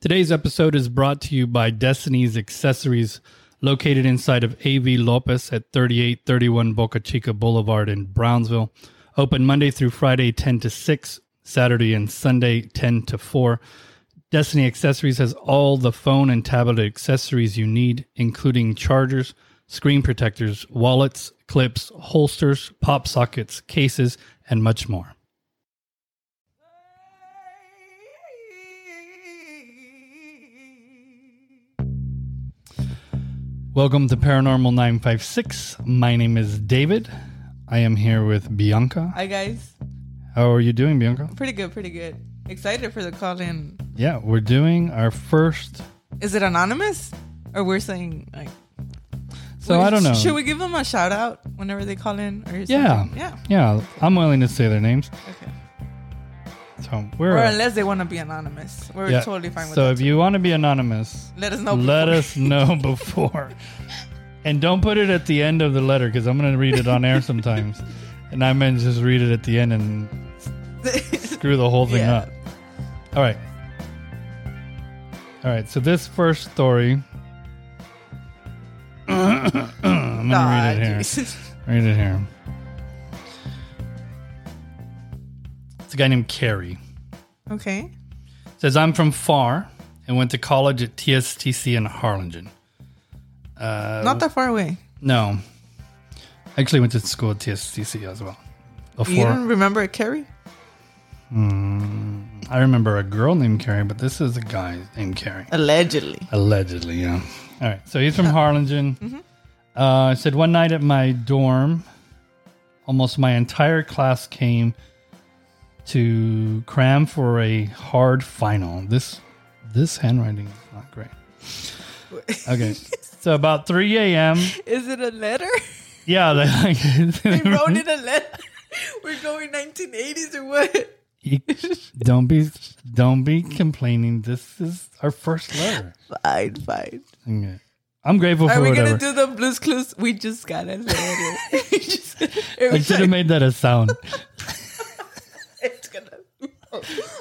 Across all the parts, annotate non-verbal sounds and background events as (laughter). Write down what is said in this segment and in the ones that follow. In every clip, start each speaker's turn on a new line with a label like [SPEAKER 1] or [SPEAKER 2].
[SPEAKER 1] Today's episode is brought to you by Destiny's Accessories, located inside of AV Lopez at 3831 Boca Chica Boulevard in Brownsville. Open Monday through Friday, 10 to 6, Saturday and Sunday, 10 to 4. Destiny Accessories has all the phone and tablet accessories you need, including chargers, screen protectors, wallets, clips, holsters, pop sockets, cases, and much more. Welcome to Paranormal 956. My name is David. I am here with Bianca.
[SPEAKER 2] Hi guys,
[SPEAKER 1] How are you doing, Bianca?
[SPEAKER 2] pretty good, pretty good. Excited for the call in.
[SPEAKER 1] Yeah, we're doing our first.
[SPEAKER 2] Is it anonymous, or we're saying like?
[SPEAKER 1] So
[SPEAKER 2] we-
[SPEAKER 1] I don't know.
[SPEAKER 2] Should we give them a shout out whenever they call in, or
[SPEAKER 1] Yeah.
[SPEAKER 2] something? yeah,
[SPEAKER 1] Yeah, I'm willing to say their names.
[SPEAKER 2] okay.
[SPEAKER 1] So we're.
[SPEAKER 2] Or unless they want to be anonymous, we're
[SPEAKER 1] yeah.
[SPEAKER 2] totally fine with
[SPEAKER 1] So
[SPEAKER 2] that.
[SPEAKER 1] if you want to be anonymous,
[SPEAKER 2] let us know.
[SPEAKER 1] let
[SPEAKER 2] before. (laughs)
[SPEAKER 1] us know (laughs) before. and don't put it at the end of the letter because I'm going to read it on
[SPEAKER 2] (laughs)
[SPEAKER 1] air sometimes. And I meant just read it at the end and screw the whole thing
[SPEAKER 2] Yeah.
[SPEAKER 1] up. All right. All right. So this first story. I'm going to read it
[SPEAKER 2] Ah,
[SPEAKER 1] here.
[SPEAKER 2] Jesus.
[SPEAKER 1] Read it here. It's a guy named Carrie.
[SPEAKER 2] okay.
[SPEAKER 1] Says I'm from far and went to college at TSTC in Harlingen. Uh,
[SPEAKER 2] Not that far away.
[SPEAKER 1] No, I actually went to school at TSTC as well.
[SPEAKER 2] You
[SPEAKER 1] Before
[SPEAKER 2] don't remember Carrie?
[SPEAKER 1] I remember a girl named Carrie, but this is a guy named Carrie.
[SPEAKER 2] Allegedly.
[SPEAKER 1] Allegedly, yeah. All right. So he's from
[SPEAKER 2] (laughs)
[SPEAKER 1] Harlingen.
[SPEAKER 2] Mm-hmm.
[SPEAKER 1] Uh, I said one night at my dorm, almost my entire class came to cram for a hard final. This this handwriting is not great.
[SPEAKER 2] (laughs)
[SPEAKER 1] Okay. so about 3 a.m.
[SPEAKER 2] Is it a letter? (laughs)
[SPEAKER 1] Yeah, they, (laughs) like,
[SPEAKER 2] they wrote it a letter. (laughs) we're going 1980s or what?
[SPEAKER 1] You- (laughs) don't be don't be complaining. This is our first letter.
[SPEAKER 2] Fine, fine.
[SPEAKER 1] Okay. I'm grateful for
[SPEAKER 2] Are we
[SPEAKER 1] whatever.
[SPEAKER 2] gonna do the Blues Clues? We just gotta let
[SPEAKER 1] (laughs)
[SPEAKER 2] it. We just,
[SPEAKER 1] I
[SPEAKER 2] it was
[SPEAKER 1] should have
[SPEAKER 2] like-
[SPEAKER 1] made that a sound. (laughs)
[SPEAKER 2] it's gonna.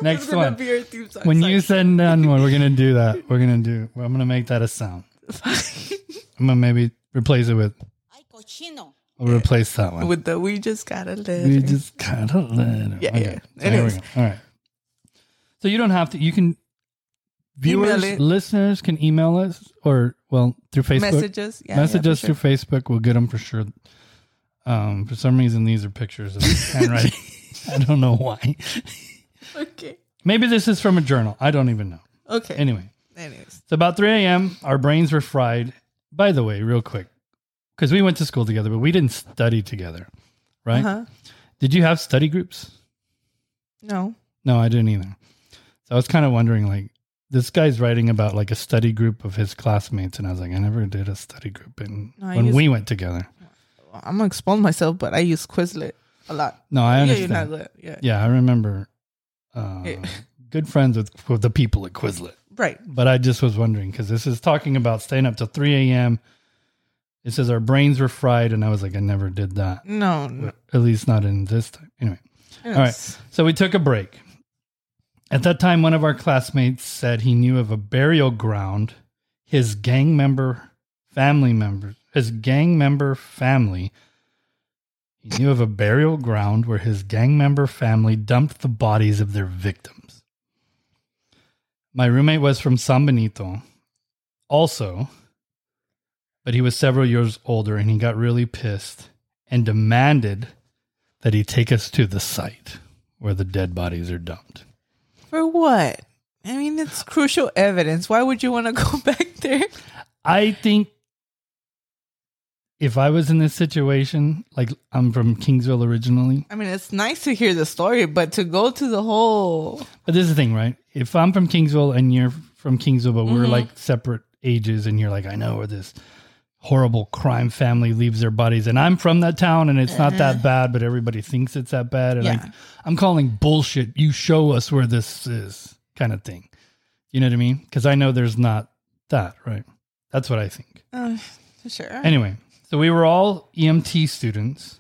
[SPEAKER 1] Next
[SPEAKER 2] (laughs) it's gonna
[SPEAKER 1] one.
[SPEAKER 2] Be our theme song.
[SPEAKER 1] When you
[SPEAKER 2] (laughs)
[SPEAKER 1] send down one, we're gonna do that. We're gonna do. I'm gonna make that a sound. I'm gonna maybe replace it with.
[SPEAKER 3] Ay, cochino.
[SPEAKER 1] We'll replace that one.
[SPEAKER 2] with the we just gotta let
[SPEAKER 1] We
[SPEAKER 2] it.
[SPEAKER 1] just kind of let it.
[SPEAKER 2] Yeah,
[SPEAKER 1] okay.
[SPEAKER 2] yeah.
[SPEAKER 1] So here we
[SPEAKER 2] Anyways.
[SPEAKER 1] go. All right. So you don't have to. You can. Viewers,
[SPEAKER 2] it.
[SPEAKER 1] listeners can email us or well through Facebook.
[SPEAKER 2] messages. Yeah,
[SPEAKER 1] Message
[SPEAKER 2] yeah,
[SPEAKER 1] us
[SPEAKER 2] for sure.
[SPEAKER 1] through Facebook. We'll get them for sure. Um, for some reason, these are pictures of
[SPEAKER 2] (laughs)
[SPEAKER 1] handwriting. I don't know why.
[SPEAKER 2] Okay.
[SPEAKER 1] Maybe this is from a journal. I don't even know.
[SPEAKER 2] Okay.
[SPEAKER 1] Anyway,
[SPEAKER 2] Anyways,
[SPEAKER 1] so about 3 a.m., our brains were fried. By the way, real quick, because we went to school together, but we didn't study together, right?
[SPEAKER 2] uh-huh.
[SPEAKER 1] Did you have study groups?
[SPEAKER 2] No.
[SPEAKER 1] No, I didn't either. So I was kind of wondering, like, this guy's writing about like a study group of his classmates, and I was like, I never did a study group, and
[SPEAKER 2] No, I
[SPEAKER 1] when
[SPEAKER 2] used-
[SPEAKER 1] we went together,
[SPEAKER 2] I'm gonna expose myself, but I use Quizlet a lot.
[SPEAKER 1] no, I
[SPEAKER 2] yeah,
[SPEAKER 1] understand.
[SPEAKER 2] you're not good. Yeah.
[SPEAKER 1] Yeah, I remember. Uh,
[SPEAKER 2] Yeah.
[SPEAKER 1] Good friends with, with the people at Quizlet,
[SPEAKER 2] Right.
[SPEAKER 1] but I just was wondering because this is talking about staying up till three a.m. It says our brains were fried, and I was like, I never did that,
[SPEAKER 2] No. no.
[SPEAKER 1] at least not in this time. Anyway, all right. So we took a break. At that time, one of our classmates said he knew of a burial ground his gang member family members, his gang member family. He knew of a burial ground where his gang member family dumped the bodies of their victims. My roommate was from San Benito, also, but he was several years older and he got really pissed and demanded that he take us to the site where the dead bodies are dumped.
[SPEAKER 2] For what? I mean, it's crucial evidence. Why would you want to (laughs) go back there?
[SPEAKER 1] I think if I was in this situation, like I'm from Kingsville originally,
[SPEAKER 2] I mean, it's nice to hear the story, but to go to the whole
[SPEAKER 1] but this is the thing, right? If I'm from Kingsville and you're from Kingsville, but we're like separate ages, and you're like, I know where this horrible crime family leaves their bodies, and I'm from that town, and it's not that bad, but everybody thinks it's that bad, and
[SPEAKER 2] Yeah.
[SPEAKER 1] I, I'm calling bullshit. You show us where this is, kind of thing. You know what I mean? Because I know there's not that, right? That's what I think.
[SPEAKER 2] Uh, sure.
[SPEAKER 1] Anyway, so we were all EMT students.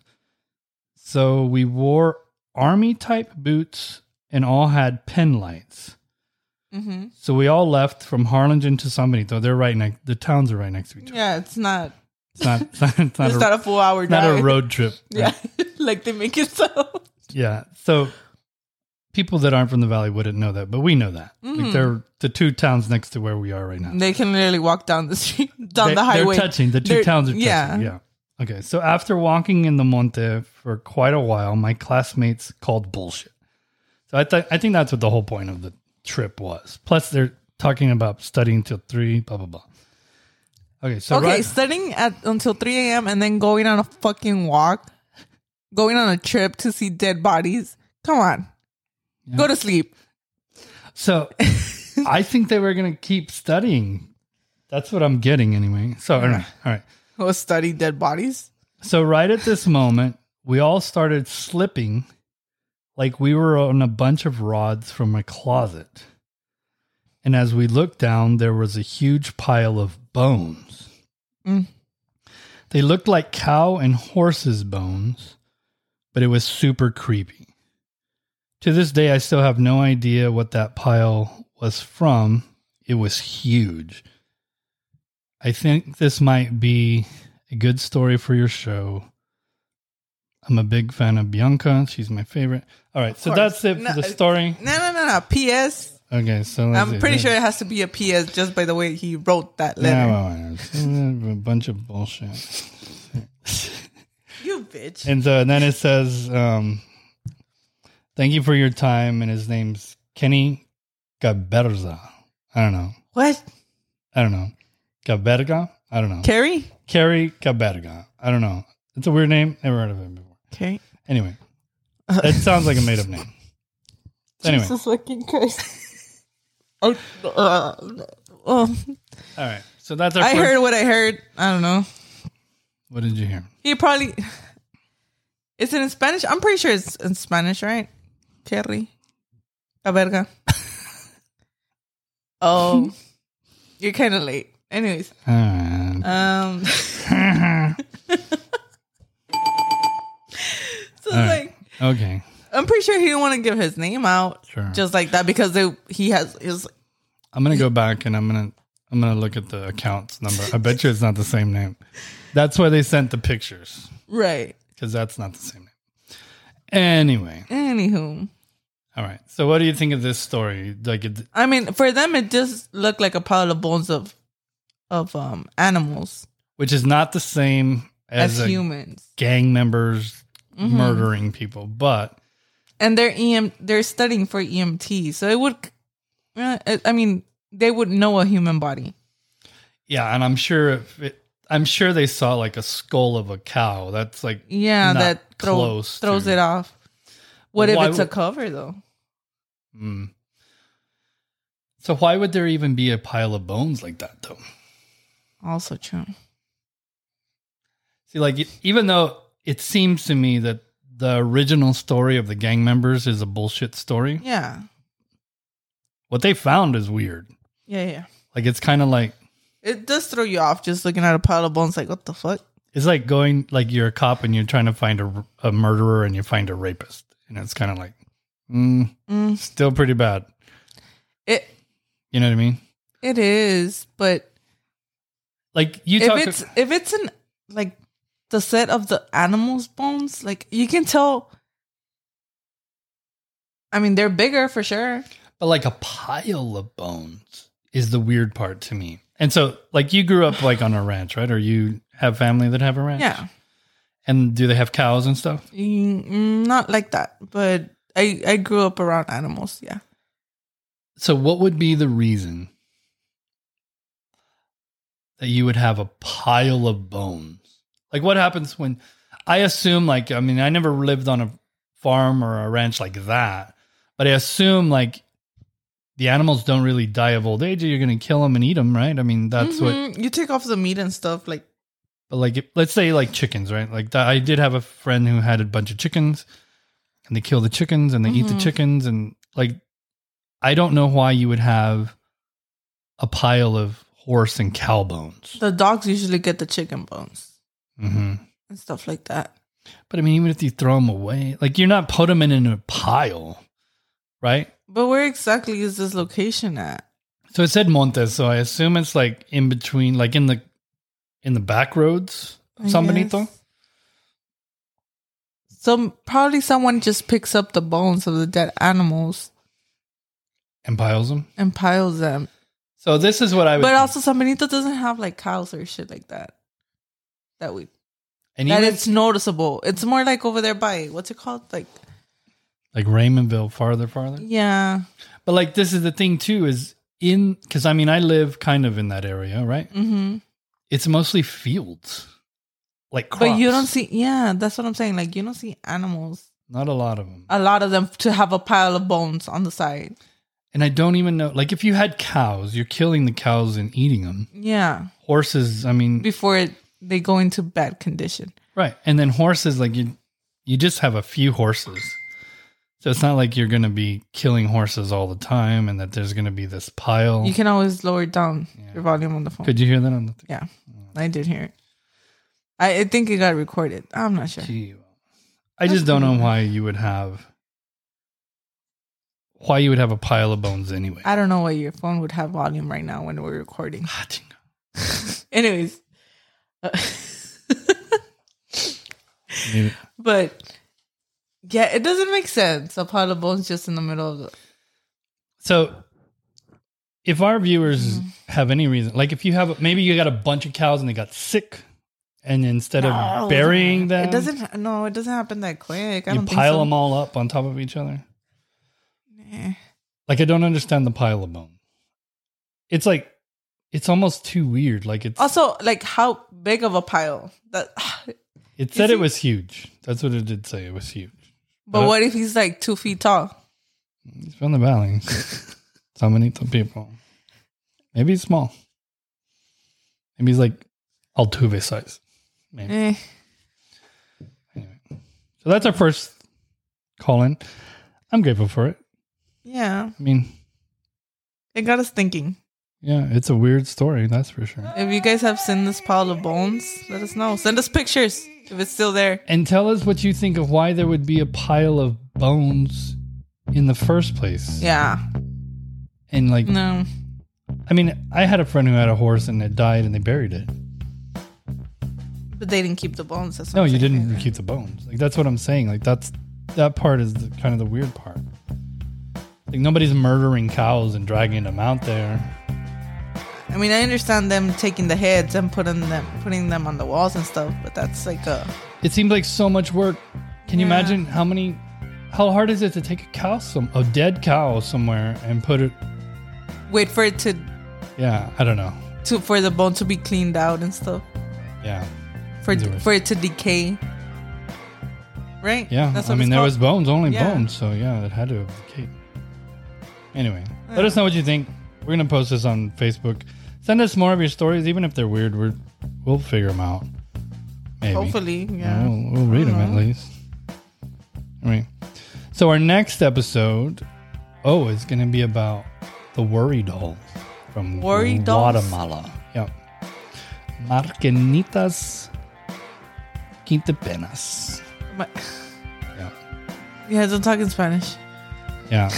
[SPEAKER 1] So we wore army type boots and all had pen lights.
[SPEAKER 2] Mm-hmm.
[SPEAKER 1] So we all left from Harlingen to San Benito. They're right next. The towns are right next to each other.
[SPEAKER 2] Yeah, it's not.
[SPEAKER 1] It's not. (laughs) It's not, it's not,
[SPEAKER 2] it's
[SPEAKER 1] a,
[SPEAKER 2] not a full hour
[SPEAKER 1] not
[SPEAKER 2] drive.
[SPEAKER 1] a road trip. right?
[SPEAKER 2] (laughs) Yeah, like they make it so.
[SPEAKER 1] Yeah. So people that aren't from the valley wouldn't know that, but we know that. Like
[SPEAKER 2] Mhm.
[SPEAKER 1] they're the two towns next to where we are right now.
[SPEAKER 2] They can literally walk down the street, (laughs) down
[SPEAKER 1] They-
[SPEAKER 2] the highway.
[SPEAKER 1] They're touching. The 2
[SPEAKER 2] They're-
[SPEAKER 1] towns are
[SPEAKER 2] yeah.
[SPEAKER 1] touching. Yeah. Okay. So after walking in the monte for quite a while, my classmates called bullshit. So I thought I think that's what the whole point of the trip was. Plus, they're talking about studying till three. Blah blah blah. Okay. So
[SPEAKER 2] okay,
[SPEAKER 1] right,
[SPEAKER 2] studying at until 3 a.m. and then going on a fucking walk, going on a trip to see dead bodies. Come on, go to sleep. (laughs)
[SPEAKER 1] So I think they were going to keep studying. That's what I'm getting anyway. So, all right. All right.
[SPEAKER 2] Go study dead bodies.
[SPEAKER 1] So, right at this moment, we all started slipping like we were on a bunch of rods from a closet. And as we looked down, there was a huge pile of bones.
[SPEAKER 2] Mm.
[SPEAKER 1] They looked like cow and horse's bones, but it was super creepy. To this day, I still have no idea what that pile was from. It was huge. I think this might be a good story for your show. I'm a big fan of Bianca. She's my favorite. All right, so
[SPEAKER 2] course.
[SPEAKER 1] that's it for
[SPEAKER 2] No,
[SPEAKER 1] the story.
[SPEAKER 2] No, no, no, no. P.S.
[SPEAKER 1] Okay, so let's
[SPEAKER 2] I'm
[SPEAKER 1] see.
[SPEAKER 2] pretty
[SPEAKER 1] Let's-
[SPEAKER 2] sure it has to be a P.S. just by the way he wrote that
[SPEAKER 1] No,
[SPEAKER 2] letter.
[SPEAKER 1] a bunch of bullshit.
[SPEAKER 2] You bitch.
[SPEAKER 1] And so then it says, um, "Thank you for your time." And his name's Kenny Gaberza. I don't know.
[SPEAKER 2] what?
[SPEAKER 1] I don't know. Gaberga. I don't know.
[SPEAKER 2] Carrie?
[SPEAKER 1] Kerry Gaberga. I don't know. It's a weird name. Never heard of him before.
[SPEAKER 2] Okay.
[SPEAKER 1] Anyway,
[SPEAKER 2] (laughs)
[SPEAKER 1] that sounds like a made-up name. Anyway,
[SPEAKER 2] Jesus fucking Christ. (laughs) oh, uh,
[SPEAKER 1] all
[SPEAKER 2] oh.
[SPEAKER 1] right. So that's our.
[SPEAKER 2] I
[SPEAKER 1] first-
[SPEAKER 2] heard what I heard. I don't know.
[SPEAKER 1] What did you hear?
[SPEAKER 2] He probably. Is it in Spanish? I'm pretty sure it's in Spanish, right? Kerry. La verga. (laughs) oh. You're kind of late. Anyways.
[SPEAKER 1] All right.
[SPEAKER 2] Um. (laughs) so it's like.
[SPEAKER 1] okay.
[SPEAKER 2] I'm pretty sure he didn't want to give his name out
[SPEAKER 1] Sure.
[SPEAKER 2] just like that because they, he has his.
[SPEAKER 1] I'm gonna go back and I'm gonna I'm gonna look at the accounts number. I bet you it's not the same name. That's why they sent the pictures
[SPEAKER 2] Right.
[SPEAKER 1] because that's not the same name. Anyway,
[SPEAKER 2] Anywho.
[SPEAKER 1] all right. So what do you think of this story? Like, it,
[SPEAKER 2] I mean, for them, it just looked like a pile of bones of of um animals
[SPEAKER 1] which is not the same as,
[SPEAKER 2] as
[SPEAKER 1] a
[SPEAKER 2] humans,
[SPEAKER 1] gang members murdering people, but
[SPEAKER 2] and they're em they're studying for EMT, so it would. uh, I- I mean, they would know a human body.
[SPEAKER 1] yeah, and I'm sure if it, I'm sure they saw like a skull of a cow. That's like
[SPEAKER 2] Yeah,
[SPEAKER 1] Not
[SPEAKER 2] that throw,
[SPEAKER 1] close
[SPEAKER 2] throws
[SPEAKER 1] to-
[SPEAKER 2] it off. What if
[SPEAKER 1] Why
[SPEAKER 2] it's a
[SPEAKER 1] would-
[SPEAKER 2] cover though?
[SPEAKER 1] hmm. so. Why would there even be a pile of bones like that though?
[SPEAKER 2] Also true.
[SPEAKER 1] See, like, e- even though it seems to me that the original story of the gang members is a bullshit story,
[SPEAKER 2] Yeah,
[SPEAKER 1] what they found is weird.
[SPEAKER 2] yeah, yeah.
[SPEAKER 1] Like, it's kind of like,
[SPEAKER 2] It does throw you off just looking at a pile of bones. Like, what the fuck?
[SPEAKER 1] it's like going, like, you're a cop and you're trying to find a, a murderer and you find a rapist. And it's kind of like, mm,
[SPEAKER 2] Mm.
[SPEAKER 1] still pretty bad.
[SPEAKER 2] It
[SPEAKER 1] You know what I mean?
[SPEAKER 2] it is, but
[SPEAKER 1] Like, you
[SPEAKER 2] if
[SPEAKER 1] talk,
[SPEAKER 2] it's if it's an like the set of the animal's bones, like you can tell. I mean, they're bigger for sure.
[SPEAKER 1] but like a pile of bones is the weird part to me. And so, like, you grew up like on a ranch, right? Or you have family that have a ranch?
[SPEAKER 2] Yeah,
[SPEAKER 1] And do they have cows and stuff?
[SPEAKER 2] Mm, not like that, but I I grew up around animals. Yeah,
[SPEAKER 1] So, what would be the reason that you would have a pile of bones? Like, what happens when I assume, like, I mean, I never lived on a farm or a ranch like that, but I assume, like, the animals don't really die of old age. You're going to kill them and eat them, right? I mean, that's what,
[SPEAKER 2] Mhm. you take off the meat and stuff. Like,
[SPEAKER 1] but like, if- let's say, like, chickens, right? Like, that, I did have a friend who had a bunch of chickens and they kill the chickens and they eat the
[SPEAKER 2] Mhm.
[SPEAKER 1] chickens. And, like, I don't know why you would have a pile of horse and cow bones.
[SPEAKER 2] the dogs usually get the chicken bones
[SPEAKER 1] hmm
[SPEAKER 2] and stuff like that.
[SPEAKER 1] But I mean, even if you throw them away, like you're not putting them in a pile, right?
[SPEAKER 2] But where exactly is this location at?
[SPEAKER 1] So it said Montes, so I assume it's like in between, like in the in the back roads,
[SPEAKER 2] I
[SPEAKER 1] San
[SPEAKER 2] guess.
[SPEAKER 1] Benito.
[SPEAKER 2] So probably someone just picks up the bones of the dead animals
[SPEAKER 1] and piles them.
[SPEAKER 2] and piles them.
[SPEAKER 1] So this is what I would.
[SPEAKER 2] But also, San Benito doesn't have like cows or shit like that. That we
[SPEAKER 1] and
[SPEAKER 2] that
[SPEAKER 1] even
[SPEAKER 2] it's noticeable. It's more like over there by what's it called? Like
[SPEAKER 1] like Raymondville, farther, farther.
[SPEAKER 2] yeah,
[SPEAKER 1] But like this is the thing too is in because I mean I live kind of in that area, right?
[SPEAKER 2] hmm
[SPEAKER 1] It's mostly fields, like crops.
[SPEAKER 2] but you don't see. Yeah, that's what I'm saying. Like you don't see animals.
[SPEAKER 1] not a lot of them.
[SPEAKER 2] A lot of them to have a pile of bones on the side.
[SPEAKER 1] and I don't even know. Like if you had cows, you're killing the cows and eating them.
[SPEAKER 2] Yeah,
[SPEAKER 1] Horses, I mean,
[SPEAKER 2] before it, they go into bad condition.
[SPEAKER 1] right? And then horses, like you, you just have a few horses. So it's not like you're going to be killing horses all the time, and that there's going to be this pile.
[SPEAKER 2] You can always lower down
[SPEAKER 1] Yeah.
[SPEAKER 2] your volume on the phone.
[SPEAKER 1] Could you hear that on the? Thing?
[SPEAKER 2] Yeah, I did hear it. I, I think it got recorded. I'm not sure.
[SPEAKER 1] Gee, I just don't know why you would have why you would have a pile of bones anyway.
[SPEAKER 2] I don't know why your phone would have volume right now when we're
[SPEAKER 1] (laughs) (sighs)
[SPEAKER 2] recording.
[SPEAKER 1] Ah, Jingo.
[SPEAKER 2] Anyways, Uh, (laughs)
[SPEAKER 1] Maybe-
[SPEAKER 2] but yeah, it doesn't make sense. A pile of bones just in the middle of the.
[SPEAKER 1] So, if our viewers
[SPEAKER 2] Mm-hmm.
[SPEAKER 1] have any reason, like if you have maybe you got a bunch of cows and they got sick, and instead of
[SPEAKER 2] No,
[SPEAKER 1] burying them,
[SPEAKER 2] It doesn't. No, it doesn't happen that quick. I
[SPEAKER 1] you
[SPEAKER 2] don't
[SPEAKER 1] pile them
[SPEAKER 2] think
[SPEAKER 1] all up on top of each other.
[SPEAKER 2] so. Eh.
[SPEAKER 1] Like I don't understand the pile of bone. It's like it's almost too weird. Like it's
[SPEAKER 2] Also, like how big of a pile? That. (sighs)
[SPEAKER 1] it said it
[SPEAKER 2] see-
[SPEAKER 1] was huge. That's what it did say. It was huge.
[SPEAKER 2] But
[SPEAKER 1] Uh,
[SPEAKER 2] what if he's like two feet tall?
[SPEAKER 1] He's from the valley. so many t- people. Maybe he's small. Maybe he's like Altuve size. Maybe.
[SPEAKER 2] Eh.
[SPEAKER 1] Anyway. So that's our first call in. I'm grateful for it.
[SPEAKER 2] Yeah,
[SPEAKER 1] I mean,
[SPEAKER 2] it got us thinking.
[SPEAKER 1] yeah, it's a weird story, that's for sure.
[SPEAKER 2] If you guys have seen this pile of bones, let us know. Send us pictures if it's still there.
[SPEAKER 1] And tell us what you think of why there would be a pile of bones in the first place.
[SPEAKER 2] Yeah.
[SPEAKER 1] And like,
[SPEAKER 2] No.
[SPEAKER 1] I mean, I had a friend who had a horse and it died and they buried it.
[SPEAKER 2] But they didn't keep the bones. That's what
[SPEAKER 1] No,
[SPEAKER 2] I'm
[SPEAKER 1] you
[SPEAKER 2] saying.
[SPEAKER 1] didn't keep the bones. Like that's what I'm saying. Like that's that part is the, kind of the weird part. Like nobody's murdering cows and dragging them out there.
[SPEAKER 2] I mean, I understand them taking the heads and putting them putting them on the walls and stuff, but that's like a
[SPEAKER 1] It seemed like so much work. Can you
[SPEAKER 2] Yeah.
[SPEAKER 1] imagine how many? How hard is it to take a cow, some a dead cow somewhere and put it?
[SPEAKER 2] wait for it to
[SPEAKER 1] Yeah, I don't know.
[SPEAKER 2] to for the bone to be cleaned out and stuff
[SPEAKER 1] Yeah,
[SPEAKER 2] for
[SPEAKER 1] Either way.
[SPEAKER 2] for it to decay. Right?
[SPEAKER 1] yeah. I
[SPEAKER 2] it's
[SPEAKER 1] mean, there
[SPEAKER 2] called.
[SPEAKER 1] was bones, only
[SPEAKER 2] Yeah.
[SPEAKER 1] bones. So yeah, it had to have decayed. Anyway, let us know what you think. We're gonna post this on Facebook. Send us more of your stories, even if they're weird. We're, we'll figure them out. Maybe.
[SPEAKER 2] hopefully, yeah.
[SPEAKER 1] Yeah, We'll, we'll read them at least. All right. So our next episode, oh, is going to be about the worry doll from
[SPEAKER 2] Worry dolls?
[SPEAKER 1] Guatemala. Yep. Marquenitas Quintepenas.
[SPEAKER 2] But-
[SPEAKER 1] Yeah.
[SPEAKER 2] yeah, don't talk in Spanish. (laughs)
[SPEAKER 1] Yeah.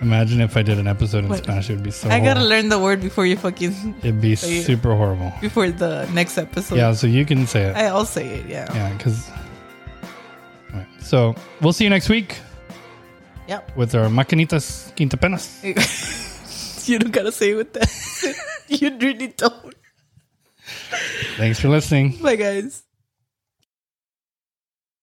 [SPEAKER 1] Imagine if I did an episode in
[SPEAKER 2] Wait.
[SPEAKER 1] Spanish, it would be so.
[SPEAKER 2] I gotta
[SPEAKER 1] horrible.
[SPEAKER 2] learn the word before you fucking (laughs)
[SPEAKER 1] It'd be
[SPEAKER 2] say it.
[SPEAKER 1] super horrible.
[SPEAKER 2] before the next episode.
[SPEAKER 1] Yeah. So you can say it.
[SPEAKER 2] I, I'll say it. Yeah.
[SPEAKER 1] yeah. Because. So we'll see you next week
[SPEAKER 2] Yep.
[SPEAKER 1] with our Maquinitas Quintepenas.
[SPEAKER 2] you don't gotta say it with that. (laughs) you really don't.
[SPEAKER 1] Thanks for listening.
[SPEAKER 2] Bye, guys.